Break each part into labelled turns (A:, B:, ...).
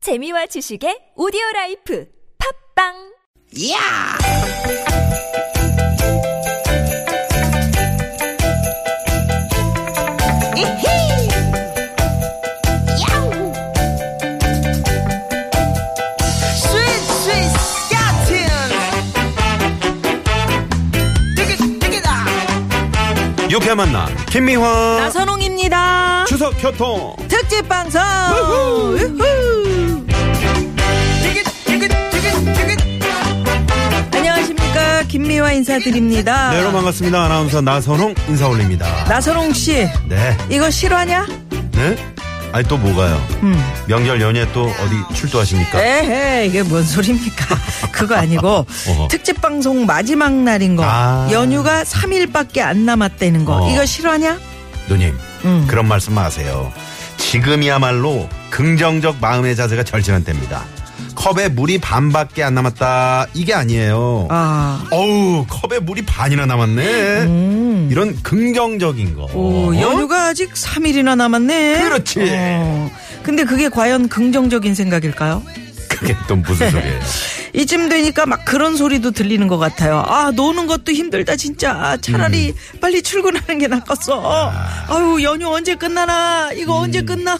A: 재미와 지식의 오디오 라이프 팝빵
B: 야! 이히! 야우! 스윗, 스윗, 스카틴! 띠기, 띠기다!
C: 유쾌한 만남 김미화
D: 나선홍입니다.
C: 추석 교통
D: 특집 방송. 우후.
B: 띠기, 띠기, 띠기, 띠기!
D: 안녕하십니까 김미화 인사드립니다.
C: 네, 여러분 반갑습니다 아나운서 나선홍 인사 올립니다
D: 나선홍 씨
C: 네
D: 이거 실화냐?
C: 네? 아니 또 뭐가요
D: 음.
C: 명절 연휴에 또 어디 출두하십니까
D: 네. 에헤 이게 뭔 소리입니까? 그거 아니고
C: 어허.
D: 특집 방송 마지막 날인 거
C: 아.
D: 연휴가 3일밖에 안 남았다는 거
C: 어.
D: 이거 실화냐?
C: 누님
D: 음.
C: 그런 말씀 마세요 지금이야말로 긍정적 마음의 자세가 절실한 때입니다 컵에 물이 반밖에 안 남았다 이게 아니에요
D: 아.
C: 어우 컵에 물이 반이나 남았네 이런 긍정적인 거
D: 음. 오,
C: 어?
D: 연휴가 아직 3일이나 남았네.
C: 그렇지.
D: 어. 근데 그게 과연 긍정적인 생각일까요?
C: 그게 또 무슨 소리예요
D: 이쯤 되니까 막 그런 소리도 들리는 것 같아요. 아, 노는 것도 힘들다, 진짜. 아, 차라리 빨리 출근하는 게 낫겠어. 아. 음. 유 연휴 언제 끝나나? 이거 언제 끝나?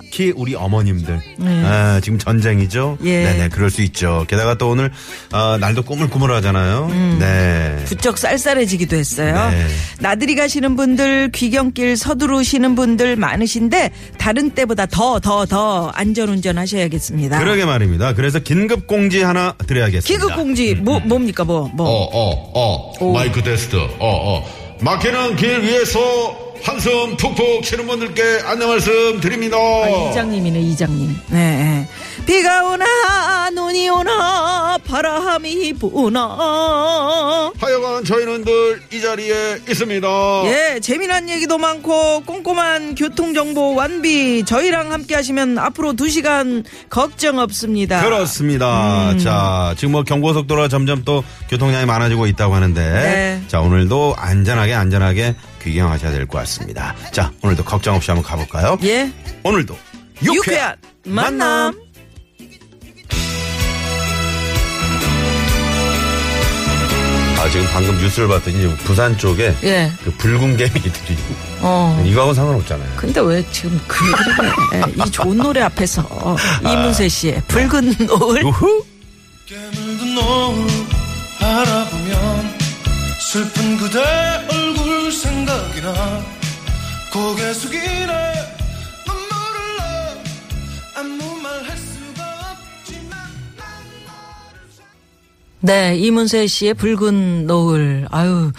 C: 특히 우리 어머님들 아, 지금 전쟁이죠.
D: 네. 예.
C: 네네 그럴 수 있죠. 게다가 또 오늘 아, 날도 꾸물꾸물하잖아요.
D: 음.
C: 네.
D: 부쩍 쌀쌀해지기도 했어요.
C: 네.
D: 나들이 가시는 분들, 귀경길 서두르시는 분들 많으신데, 다른 때보다 더, 더, 더 안전운전 하셔야겠습니다.
C: 그러게 말입니다. 그래서 긴급 공지 하나 드려야겠습니다.
D: 기급공지, 뭐, 뭡니까, 뭐, 뭐.
E: 어, 어어어 마이크 테스트 어어 막히는 길 위에서 한숨 푹푹 쉬는 분들께 안내 말씀 드립니다
D: 아,
F: 이장님이네 이장님.
D: 네. 예. 비가 오나, 눈이 오나, 바람이 부나.
E: 하여간 저희는 늘 이 자리에 있습니다
D: 예, 재미난 얘기도 많고 꼼꼼한 교통 정보 완비. 저희랑 함께 하시면 앞으로 2시간 걱정 없습니다. 음.
C: 그렇습니다. 자, 지금 뭐 경고속도로가 점점 또 교통량이 많아지고 있다고 하는데,
D: 네.
C: 자, 오늘도 안전하게 안전하게 귀경하셔야 될 것 같습니다. 자, 오늘도 걱정 없이 한번 가볼까요?
D: 예.
C: 오늘도
D: 유쾌한 만남.
C: 아, 지금 방금 뉴스를 봤더니 부산 쪽에
D: 예.
C: 그 붉은 개미들이
D: 어.
C: 이거하고 상관없잖아요.
D: 근데 왜 지금 그 얘기를 해? 이 좋은 노래 앞에서 이문세 씨의 붉은 노을
C: 우후.
G: 깨물든 노을 바라보면 슬픈 그대 얼굴 생각이 나 고개 숙이네 눈물을 나 아무 말 할 수가 없지만
D: 네, 이문세 씨의 붉은 노을. 아유,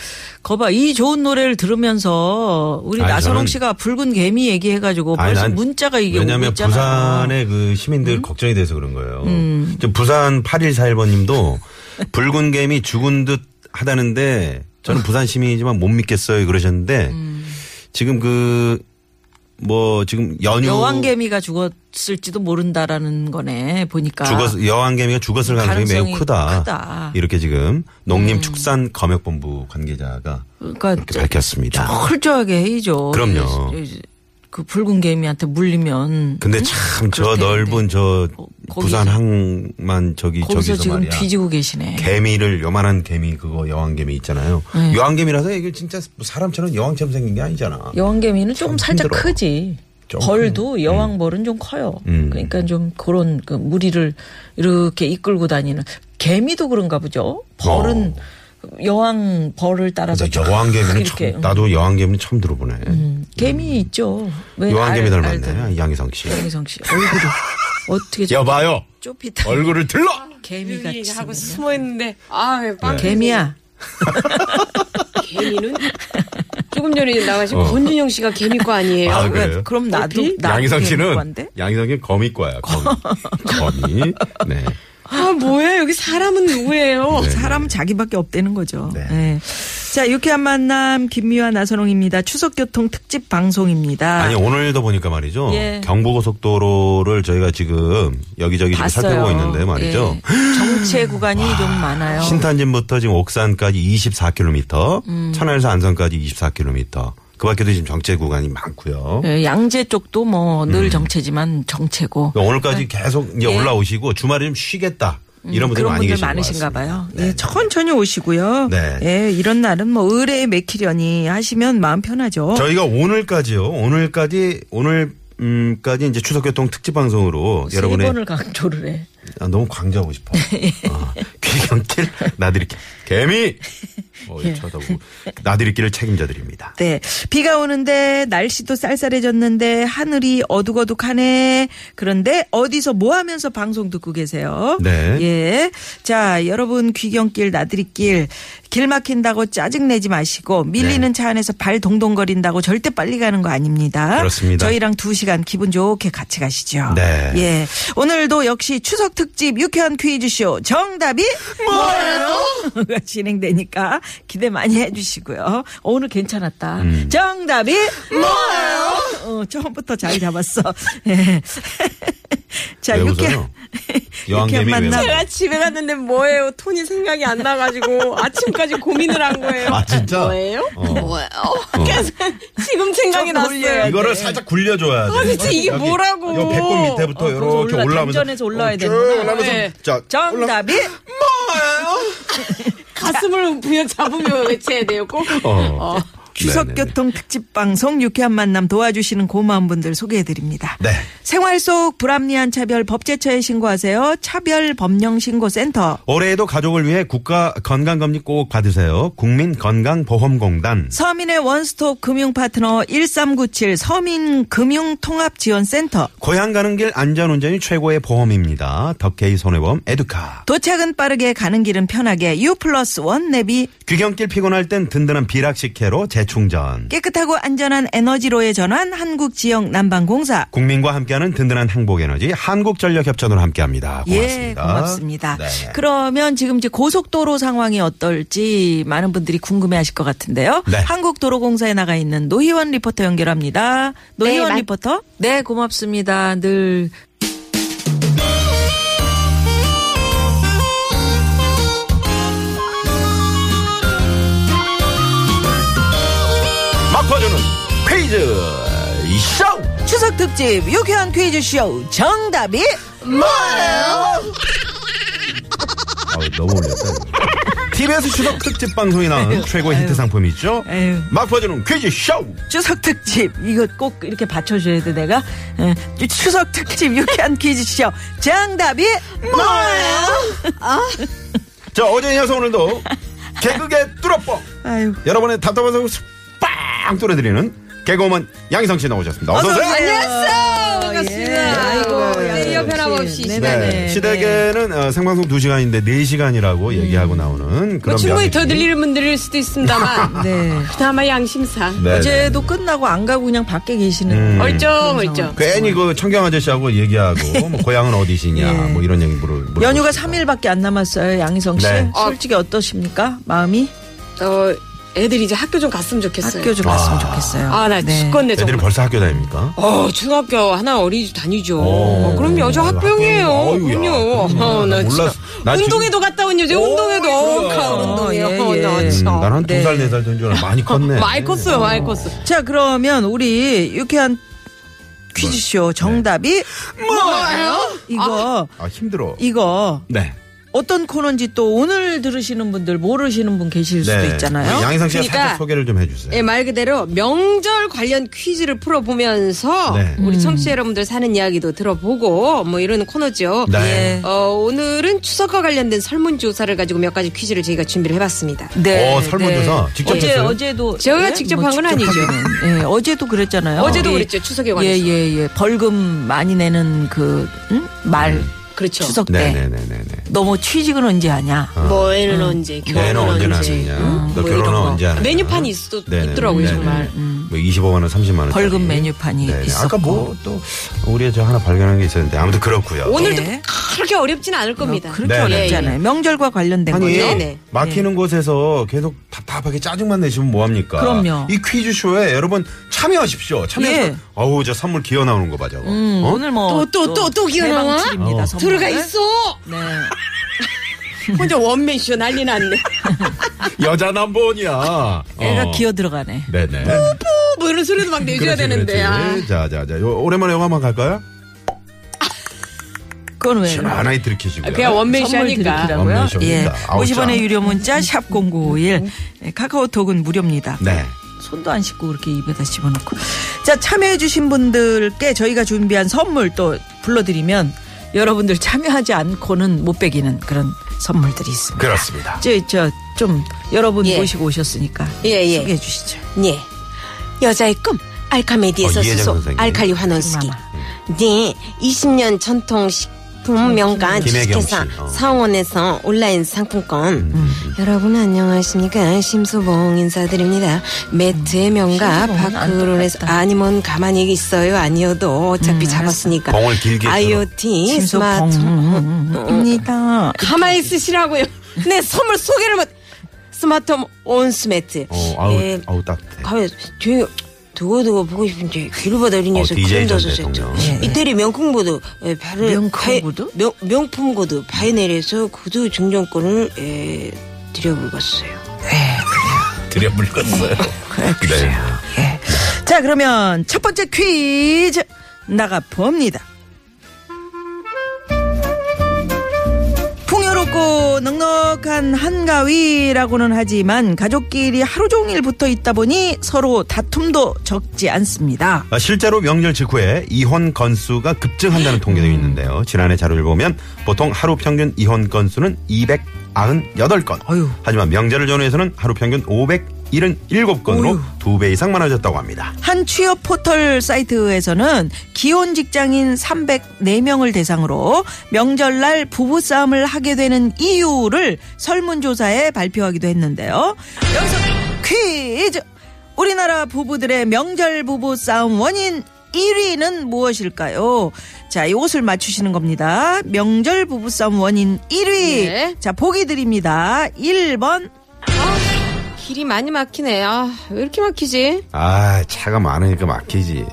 D: 거봐. 이 좋은 노래를 들으면서 우리
C: 아니,
D: 나선홍
C: 저는-
D: 씨가 붉은 개미 얘기해가지고
C: 아니,
D: 어, 벌써
C: 난
D: 문자가 이게 오고 음?
C: 왜냐면
D: 있잖아.
C: 부산의 그 시민들 걱정이 돼서 그런 거예요.
D: 음.
C: 지금 부산 8141번님도 붉은 개미 죽은 듯 하다는데 저는 부산 시민이지만 못 믿겠어요 그러셨는데
D: 음.
C: 지금 그 뭐 지금 연휴
D: 여왕개미가 죽었을지도 모른다라는 거네, 보니까.
C: 죽었 여왕개미가 죽었을 가능성이, 매우
D: 가능성이
C: 크다.
D: 크다. 음.
C: 이렇게 지금 농림축산검역본부 관계자가
D: 그러니까
C: 이렇게 밝혔습니다.
D: 철저하게 해야죠.
C: 그럼요. 그,
D: 그 붉은 개미한테 물리면.
C: 근데 참 저
D: 그렇겠는데.
C: 넓은 저
D: 거- 어, 거기서-
C: 부산 항만 저기
D: 거기서
C: 저기서
D: 지금
C: 말이야.
D: 뒤지고 계시네.
C: 개미를 요만한 개미 그거 여왕개미 있잖아요.
D: 네.
C: 여왕개미라서 이게 진짜 사람처럼 여왕처럼 생긴 게 아니잖아.
D: 여왕개미는 조금
C: 참
D: 살짝
C: 힘들어.
D: 크지.
C: 좀
D: 벌도 여왕벌은 좀 커요.
C: 음.
D: 그러니까 좀 그런 그 무리를 이렇게 이끌고 다니는 개미도 그런가 보죠. 벌은 여왕 벌을 따라서
C: 어. 근데
D: 쫙
C: 여왕개미는
D: 이렇게
C: 처음, 나도 여왕개미는 처음 들어보네.
D: 음, 개미 있죠. 왜
C: 여왕개미
D: 알-
C: 닮았네.
D: 알던
C: 양희성 씨.
D: 양희성 씨 얼굴이 어떻게 저
C: 여봐요.
D: 좁히다
C: 얼굴을 들러.
D: 개미 같이
H: 이렇게 하고
D: 생겼네.
H: 숨어 있는데 아왜 빵?
D: 개미야. 네.
H: 개미는 조금 전에 나가신
C: 어.
H: 권준영 씨가 개미과 아니에요?
C: 아, 그래요?
D: 그럼 나도
H: 어디?
D: 나도
C: 양희성 씨는
D: 개미과인데?
C: 양희성 씨는 거미과야. 거미. 거미. 네.
H: 아 뭐야 여기 사람은 누구예요?
D: 어, 사람 자기밖에 없다는 거죠.
C: 네.
D: 네. 자, 유쾌한 만남 김미화 나선홍입니다. 추석 교통 특집 방송입니다.
C: 아니 오늘도 보니까 말이죠.
D: 예.
C: 경부고속도로를 저희가 지금 여기저기 지금 살펴보고 있는데 말이죠.
D: 예. 정체 구간이 좀 많아요.
F: 음.
C: 신탄진부터 지금 옥산까지 24km, 천안에서 안산까지 24km. 그 밖에도 지금 정체 구간이 많고요.
F: 예, 양재 쪽도 뭐 늘
C: 음.
F: 정체지만 정체고
C: 그러니까 오늘까지 계속 이제
F: 예.
C: 올라오시고 주말에 좀 쉬겠다 이런 분들
F: 음, 그런
C: 많이
F: 분들
C: 계신
F: 많으신가
C: 것 같습니다.
F: 봐요.
D: 예, 천천히 오시고요.
C: 네.
D: 예, 이런 날은 뭐 의뢰에 맥히려니 하시면 마음 편하죠.
C: 저희가 오늘까지요. 오늘까지 오늘 음까지 이제 추석교통 특집 방송으로
F: 세
C: 여러분의
F: 번을 강조를 해.
C: 아, 너무 강조하고 싶어. 아, 귀경길 나들이길 개미 어, 예. 쳐다보고 나들이길을 책임져 드립니다.
D: 네. 비가 오는데 날씨도 쌀쌀해졌는데 하늘이 어둑어둑하네. 그런데 어디서 뭐 하면서 방송 듣고 계세요?
C: 네.
D: 예. 자, 여러분 귀경길 나들이길 길 막힌다고 짜증내지 마시고 밀리는
C: 네.
D: 차 안에서 발 동동거린다고 절대 빨리 가는 거 아닙니다.
C: 그렇습니다.
D: 저희랑 두시간 기분 좋게 같이 가시죠.
C: 네.
D: 예. 오늘도 역시 추석 특집 유쾌한 퀴즈쇼 정답이 뭐예요?가 진행되니까 기대 많이 해 주시고요. 어,
F: 오늘 괜찮았다.
C: 음.
D: 정답이 뭐예요? 어, 처음부터 잘 잡았어. 예. 자,
C: 왜
D: 육회
C: 웃어요? 여왕개미 왜
D: 만남.
C: 웃어요?
H: 제가 집에 갔는데 뭐예요? 톤이 생각이 안 나가지고 아침까지 고민을 한
F: 네.
H: 거예요.
C: 아, 진짜?
H: 뭐예요?
C: 어.
H: 뭐예요? 그래서 지금 생각이
D: 좀
H: 났어요.
D: 올려야
C: 이거를 살짝 굴려줘야 돼.
H: 아, 진짜 네. 이게 뭐라고.
C: 요 배꼽 밑에부터
F: 어, 그래서
C: 이렇게
F: 올라-
C: 올라오면서.
F: 단전에서 올라와야
C: 어, 쭉
F: 되는구나.
C: 올라오면서
H: 네.
C: 자,
D: 정답이
H: 가슴을 부여잡으며 외쳐야 돼요, 꼭.
C: 어. 네네네.
D: 추석교통 특집 방송 유쾌한 만남 도와주시는 고마운 분들 소개해 드립니다.
C: 네.
D: 생활 속 불합리한 차별 법제처에 신고하세요. 차별 법령 신고 센터.
C: 올해에도 가족을 위해 국가 건강검진 꼭 받으세요. 국민건강보험공단.
D: 서민의 원스톱 금융 파트너 1397 서민금융통합지원센터.
C: 고향 가는 길 안전운전이 최고의 보험입니다. 덕케이 손해보험 에듀카.
D: 도착은 빠르게 가는 길은 편하게 U 플러스 원 내비
C: 귀경길 피곤할 땐 든든한 비락식혜로 재충전.
D: 깨끗하고 안전한 에너지로의 전환 한국지역 난방공사.
C: 국민과 함께하는 든든한 행복에너지 한국전력협찬으로 함께합니다. 고맙습니다.
D: 예, 고맙습니다.
C: 네.
D: 그러면 지금 이제 고속도로 상황이 어떨지 많은 분들이 궁금해하실 것 같은데요.
C: 네.
D: 한국도로공사에 나가 있는 노희원 리포터 연결합니다. 노희원
H: 마-
D: 리포터.
F: 네, 고맙습니다. 늘
C: 막화주는 퀴즈 쇼! 아,
D: 추석 특집 유쾌한 퀴즈 쇼 정답이
C: 아우, 너무 올렸다. TBS 추석 특집 방송이 나온 최고의 힌트 상품이죠.
D: 에휴.
C: 막퍼주는 퀴즈 쇼.
D: 추석 특집 이거 꼭 이렇게 받쳐줘야 돼 내가 예. 추석 특집 유쾌한 퀴즈 쇼 정답이 뭐예요?
C: 자 어제 이어서 오늘도 개그계 뚫어뻥
D: 아유
C: 여러분의 답답한 속을 빵 뚫어드리는 개그우먼 양희성 씨 나오셨습니다. 어서 오세요.
H: 안녕하세요. 아, 반갑습니다.
D: 예, 아이고,
H: 네,
D: 양희성
H: 옆에
D: 씨.
H: 나없이
D: 네,
H: 시간에.
C: 네. 시댁에는 어, 생방송 2시간인데 4시간이라고 얘기하고 나오는 그런
H: 뭐 충분히
C: 면이-
H: 더 들리는 분들일 수도 있습니다만
D: 네
H: 그나마 양심상
C: 네, 네.
D: 어제도 끝나고 안 가고 그냥 밖에 계시는
C: 음.
H: 얼쩡 얼쩡
C: 괜히 그 청경 아저씨하고 얘기하고 뭐 고향은 어디시냐 뭐 이런 얘기 물어 물어보시고.
D: 연휴가 3일밖에 안 남았어요, 양희성 씨.
C: 네.
H: 아.
D: 솔직히 어떠십니까? 마음이
H: 어, 애들이 이제 학교 좀 갔으면 좋겠어요
D: 학교 좀 갔으면 좋겠어요.
H: 아 나 죽겠네
C: 애들이
H: 정말
C: 벌써 학교 다닙니까?
H: 어 중학교 하나 어린이집 다니죠
C: 오.
H: 어, 그럼요 저 학병이에요
C: 아, 학병.
H: 그럼요
C: 아이고야.
H: 어, 나
C: 몰랐어.
H: 진짜.
C: 나 지금- 그러니까.
H: 운동회도 갔다 온 요새 운동회도 어우 가을 운동회
D: 예,
H: 어, 나
D: 예.
C: 음,
H: 진짜.
C: 난한 두 살, 네 살 된 줄 알았는데 많이 컸네.
H: 많이 컸어요 많이 컸어
D: 자, 그러면 우리 유쾌한
C: 뭐, 네.
D: 퀴즈쇼 정답이
H: 뭐예요?
D: 이거,
C: 아, 힘들어.
D: 이거
C: 네.
D: 어떤 코너인지 또 오늘 들으시는 분들 모르시는 분 계실 수도 있잖아요.
C: 네. 양희상 씨가
H: 그러니까-
C: 살짝 소개를 좀 해주세요.
H: 예, 말 그대로 명절 관련 퀴즈를 풀어보면서
C: 네.
H: 우리
D: 음.
H: 청취자 여러분들 사는 이야기도 들어보고 뭐 이런 코너죠.
C: 네.
H: 어, 오늘은 추석과 관련된 설문조사를 가지고 몇 가지 퀴즈를 저희가 준비를 해봤습니다.
C: 어, 설문조사 직접
D: 네, 어제,
C: 했어요?
D: 어제도. 네? 뭐
H: 저희가 직접 한건 아니죠.
D: 하기는. 예, 어제도 그랬잖아요.
H: 어제도
D: 우리-
H: 그랬죠. 추석에
D: 예,
H: 관해서.
D: 예, 예. 벌금 많이 내는 그, 응? 말.
H: 그렇죠.
D: 추석 때.
C: 음. 네네네네.
D: 너 뭐 취직은 언제 하냐?
H: 뭐 애는 언제,
C: 내는
H: 결혼은
C: 음. 네, 언제
H: 언제.
C: 나느냐.
H: 음,
C: 너
H: 뭐
C: 결혼은
H: 이런 거.
C: 언제 하느냐.
H: 메뉴판이 있,
C: 네네네.
H: 있더라고요,
C: 네네.
H: 정말. 음.
C: 뭐 25만 원, 30만 원.
D: 벌금 메뉴판이 있었고.
C: 아까 뭐 또 우리 저 하나 발견한 게 있었는데 아무튼 그렇고요.
H: 오늘도
D: 예.
H: 그렇게 어렵진 않을 겁니다.
D: 그렇게
C: 네네.
D: 어렵잖아요. 명절과 관련된
C: 아니
D: 거죠.
H: 예, 네네.
C: 막히는 곳에서 계속 답답하게 짜증만 내시면 뭐합니까?
D: 그럼요.
C: 이 퀴즈 쇼에 여러분 참여하십시오. 참여해서
D: 예.
C: 어우 저 선물 기어 나오는 거 봐 저거.
D: 음,
C: 어?
D: 오늘 뭐
H: 또, 또, 또, 또 기어나와?
D: 대망출입니다,
C: 어.
D: 선물.
H: 들어가 있어!
D: 네.
H: 혼자 원맨쇼 난리 났네.
C: 여자 남본이야.
D: 애가
C: 어.
D: 기어 들어가네.
C: 네네.
H: 뭐 이런 소리도 막 내줘야
C: 그렇지,
H: 되는데.
D: 아.
C: 그렇지. 자, 자, 자. 요- 오랜만에 영화 한번 갈까요?
D: 그건 왜?
C: 편안하게 들키시고요.
H: 아, 그냥
F: 선물
H: 원맨쇼니까.
F: 드리기라고요?
C: 원맨쇼입니다.
D: 예.
C: 아우,
D: 50원의
C: 자.
D: 유료 문자 샵 0951. 카카오톡은 무료입니다.
C: 네.
D: 손도 안 씻고 그렇게 입에다 집어넣고. 자, 참여해주신 분들께 저희가 준비한 선물 또 불러드리면 여러분들 참여하지 않고는 못 빼기는 그런 선물들이 있습니다.
C: 그렇습니다.
D: 저, 저, 좀 여러분
F: 예.
D: 모시고 오셨으니까
F: 예, 예.
D: 소개해 주시죠.
F: 예.
I: 네.
F: 여자의 꿈 알카메디에서
C: 어, 이혜정
F: 수소
C: 선생님. 음.
F: 알칼리 환원수기.
D: 마마.
I: 네, 20년 전통 식품 명가
F: 음,
C: 김혜경
I: 주식회사
C: 씨, 어. 음,
I: 사원에서 온라인 상품권. 여러분 안녕하십니까? 심수봉 인사드립니다. 매트의 명가
F: 음, 심수봉은 안
I: 파크론에서 아니면 가만히 있어요 아니어도
F: 음,
I: 어차피 잡았으니까.
C: 봉을 길게 들어.
I: IoT 스마트
D: 심소봉입니다.
I: 가만히 있으시라고요. 네, 선물 소개를 못. 스마트 온수 매트.
C: 어, 아우,
I: 예,
D: 네.
C: 아우, 따뜻해.
I: 가만히 조용히 두고두고 보고 싶은데 귀를 받아들인
C: 어,
I: 녀석
C: DJ
I: 그림
C: 전
I: 다섯 세트
C: 대통령.
I: 이태리 명품 구두 예, 발을
D: 네. 명품
I: 파-
D: 구두?
I: 명, 명품 구두 파이넬에서 구두 증정권을 예, 들여불었어요
C: 들여물렸어요. 네.
D: 자, 그러면 첫 번째 퀴즈 나가봅니다. 풍요롭고 넉넉한 한가위라고는 하지만 가족끼리 하루 종일 붙어 있다 보니 서로 다툼도 적지 않습니다.
C: 아, 실제로 명절 직후에 이혼 건수가 급증한다는 통계도 있는데요. 지난해 자료를 보면 보통 하루 평균 이혼 건수는 298건.
D: 어휴.
C: 하지만 명절을 전후해서는 하루 평균 577건으로 두 배 이상 많아졌다고 합니다.
D: 한 취업 포털 사이트에서는 기혼 직장인 304명을 대상으로 명절날 부부싸움을 하게 되는 이유를 설문조사에 발표하기도 했는데요. 여기서 퀴즈! 우리나라 부부들의 명절 부부 싸움 원인 1위는 무엇일까요? 자, 이것을 맞추시는 겁니다. 명절 부부 싸움 원인 1위.
H: 네.
D: 자, 보기 드립니다. 1번
H: 길이 많이 막히네. 아, 왜 이렇게 막히지?
C: 아, 차가 많으니까 막히지.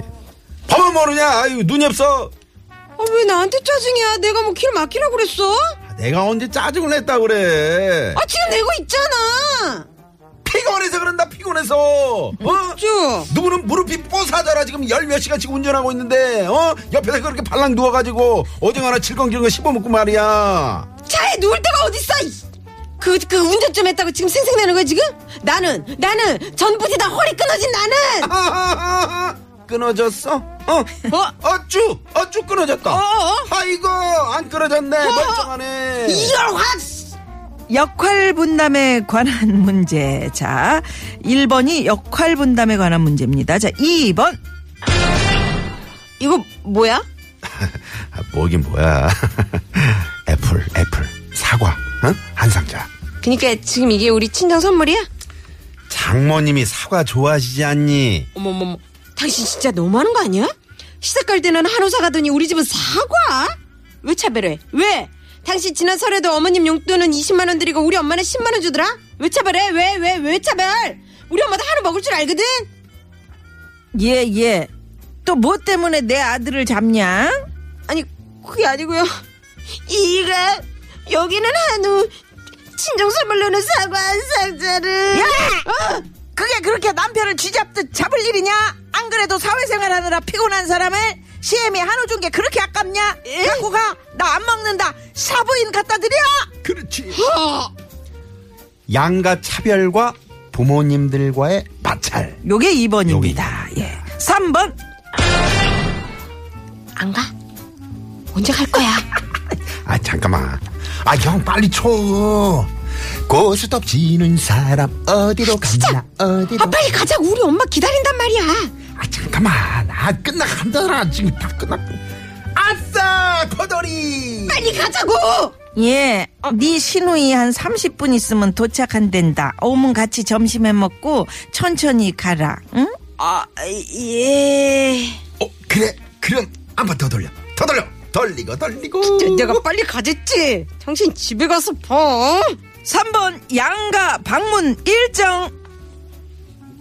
C: 법은 모르냐? 아유, 눈이 없어.
H: 아, 왜 나한테 짜증이야? 내가 뭐 길 막히라고 그랬어? 아,
C: 내가 언제 짜증을 냈다 그래. 아,
H: 지금 내고 있잖아!
C: 피곤해서 그런다, 피곤해서. 어?
H: 쭉!
C: 누구는 무릎이 뽀사져라 지금 열 몇 시간씩 운전하고 있는데 어 옆에서 그렇게 발랑 누워가지고 오징어 하나 칠건질건 씹어먹고 말이야
H: 차에 누울 데가 어딨어! 그, 그 운전 좀 했다고 지금 생생내는 거야, 지금? 나는, 나는, 전부지 다 허리 끊어진
I: 아,
H: 나는!
C: 아하하하. 끊어졌어 어
H: 어?
C: 어쭈 어쭈 끊어졌다
H: 어?
C: 아이고 안 끊어졌네 멀쩡하네
H: 이걸 확!
D: 역할 분담에 관한 문제. 자, 1번이 역할 분담에 관한 문제입니다. 자, 2번.
H: 이거 뭐야?
C: 아, 뭐긴 뭐야 애플 애플 사과 응? 한 상자
H: 그니까 지금 이게 우리 친정 선물이야?
C: 장모님이 사과 좋아하시지 않니
H: 어머머머, 당신 진짜 너무하는 거 아니야? 시댁 갈 때는 한우 사가더니 우리 집은 사과? 왜 차별해? 왜? 당신 지난 설에도 어머님 용돈은 20만 원 드리고 우리 엄마는 10만 원 주더라? 왜 차별해? 왜? 왜? 왜 차별? 우리 엄마도 한우 먹을 줄 알거든?
D: 예, 예. 또 뭐 때문에 내 아들을 잡냐?
H: 아니 그게 아니고요 이가 여기는 한우 친정 선물로는 사과 한 상자를
D: 어! 그게 그렇게 남편을 쥐잡듯 잡을 일이냐? 안 그래도 사회생활 하느라 피곤한 사람을 시엠이 한우 준 게 그렇게 아깝냐? 갖고 가. 나 안 먹는다. 사부인 갖다 드려.
C: 그렇지 어. 양가 차별과 부모님들과의 마찰
D: 요게 2번입니다. 예. 3번.
H: 안 가? 언제 갈 거야?
C: 아 잠깐만 아 형 빨리 쳐 고스톱 지는 사람 어디로
D: 아,
C: 갔나 어디로
H: 아 빨리 가자고 우리 엄마 기다린단 말이야
C: 아 잠깐만 아 끝나간다라 지금 다 끝났고 아싸 거돌이
H: 빨리 가자고
D: 예,
H: 어.
D: 네 신우이 한 30분 있으면 도착한댄다. 오면 같이 점심해 먹고 천천히 가라. 응?
H: 아예
C: 어 그래 그럼 한번 더 돌려 더 돌려 돌리고 돌리고
H: 내가 빨리 가겠지 당신 집에 가서 봐
D: 3번 양가 방문 일정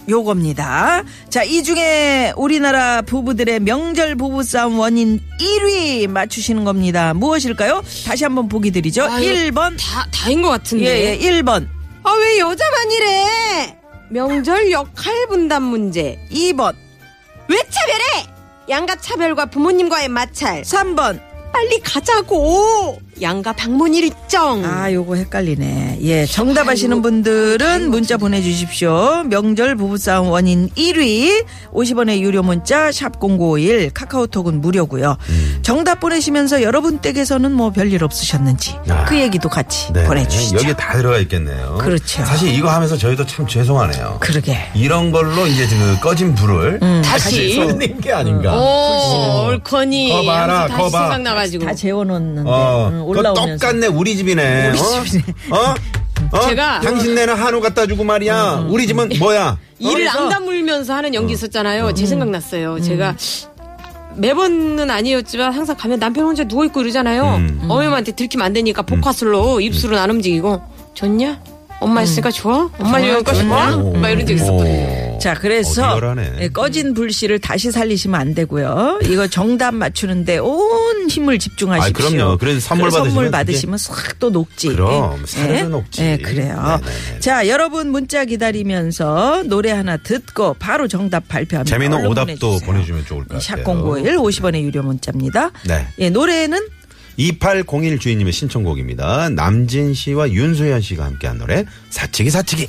D: 요겁니다. 자, 이 중에 우리나라 부부들의 명절 부부 싸움 원인 1위 맞추시는 겁니다. 무엇일까요? 다시 한번 보기 드리죠.
H: 아유.
D: 1번.
H: 다, 다인 것 같은데
D: 예, 예, 1번.
H: 아 왜 여자만 이래 명절 역할 분담 문제
D: 2번.
H: 왜 차별해? 양가 차별과 부모님과의 마찰.
D: 3번.
H: 빨리 가자고. 양가 방문
C: 음.
H: 일정.
D: 아, 요거 헷갈리네. 예, 정답 아시는 분들은 문자 보내주십시오. 명절 부부싸움 원인 1위, 50원의 유료 문자, 샵0951, 카카오톡은 무료고요
C: 음.
D: 정답 보내시면서 여러분 댁에서는 뭐 별일 없으셨는지
C: 아.
D: 그 얘기도 같이
C: 네.
D: 보내주시죠.
C: 여기에 다 들어가 있겠네요.
D: 그렇죠.
C: 사실 이거 하면서 저희도 참 죄송하네요.
D: 그러게. 음.
C: 이런 걸로 이제 그 꺼진 불을 다시 쏟는 게 아닌가.
I: 오, 옳거니.
C: 거 봐라,
I: 하면서 다시
C: 거 봐.
I: 생각나가지고.
D: 다 재워놓는데
C: 어, 그거
D: 응, 네, 음, 올라오면서.
C: 똑같네 우리 집이네. 어? 어? 어?
I: 제가-
C: 당신네는 한우 갖다 주고 말이야.
D: 음,
C: 우리 집은 뭐야?
I: 이를 앙다물면서 하는 연기 있었잖아요. 제 생각났어요. 음. 제가 매번은 아니었지만 항상 가면 남편 혼자 누워있고 이러잖아요. 음. 어머님한테 들키면 안 되니까 복화술로 입술은 안 움직이고 좋냐? 엄마 있으니까 음. 좋아? 엄마 여기까 좋아? 막 이런 적 있었거든요.
C: 오.
D: 어? 자, 그래서
C: 어, 리얼하네.
D: 예, 꺼진 불씨를 다시 살리시면 안 되고요. 이거 정답 맞추는데 온 힘을 집중하십시오.
C: 아이, 그럼요. 그래서 선물
D: 그래서
C: 받으시면
D: 싹 또 녹지.
C: 그럼,
D: 예.
C: 사르르
D: 예?
C: 녹지.
D: 예, 그래요.
C: 네네네.
D: 자, 여러분 문자 기다리면서 노래 하나 듣고 바로 정답 발표합니다.
C: 재미있는
D: 얼른
C: 오답도
D: 보내주세요.
C: 보내주면 좋을 것 같아요.
D: 샵0951 50원의 유료 문자입니다.
C: 네.
D: 예, 노래는
C: 2801 주인님의 신청곡입니다. 남진 씨와 윤소연 씨가 함께한 노래 사치기 사치기.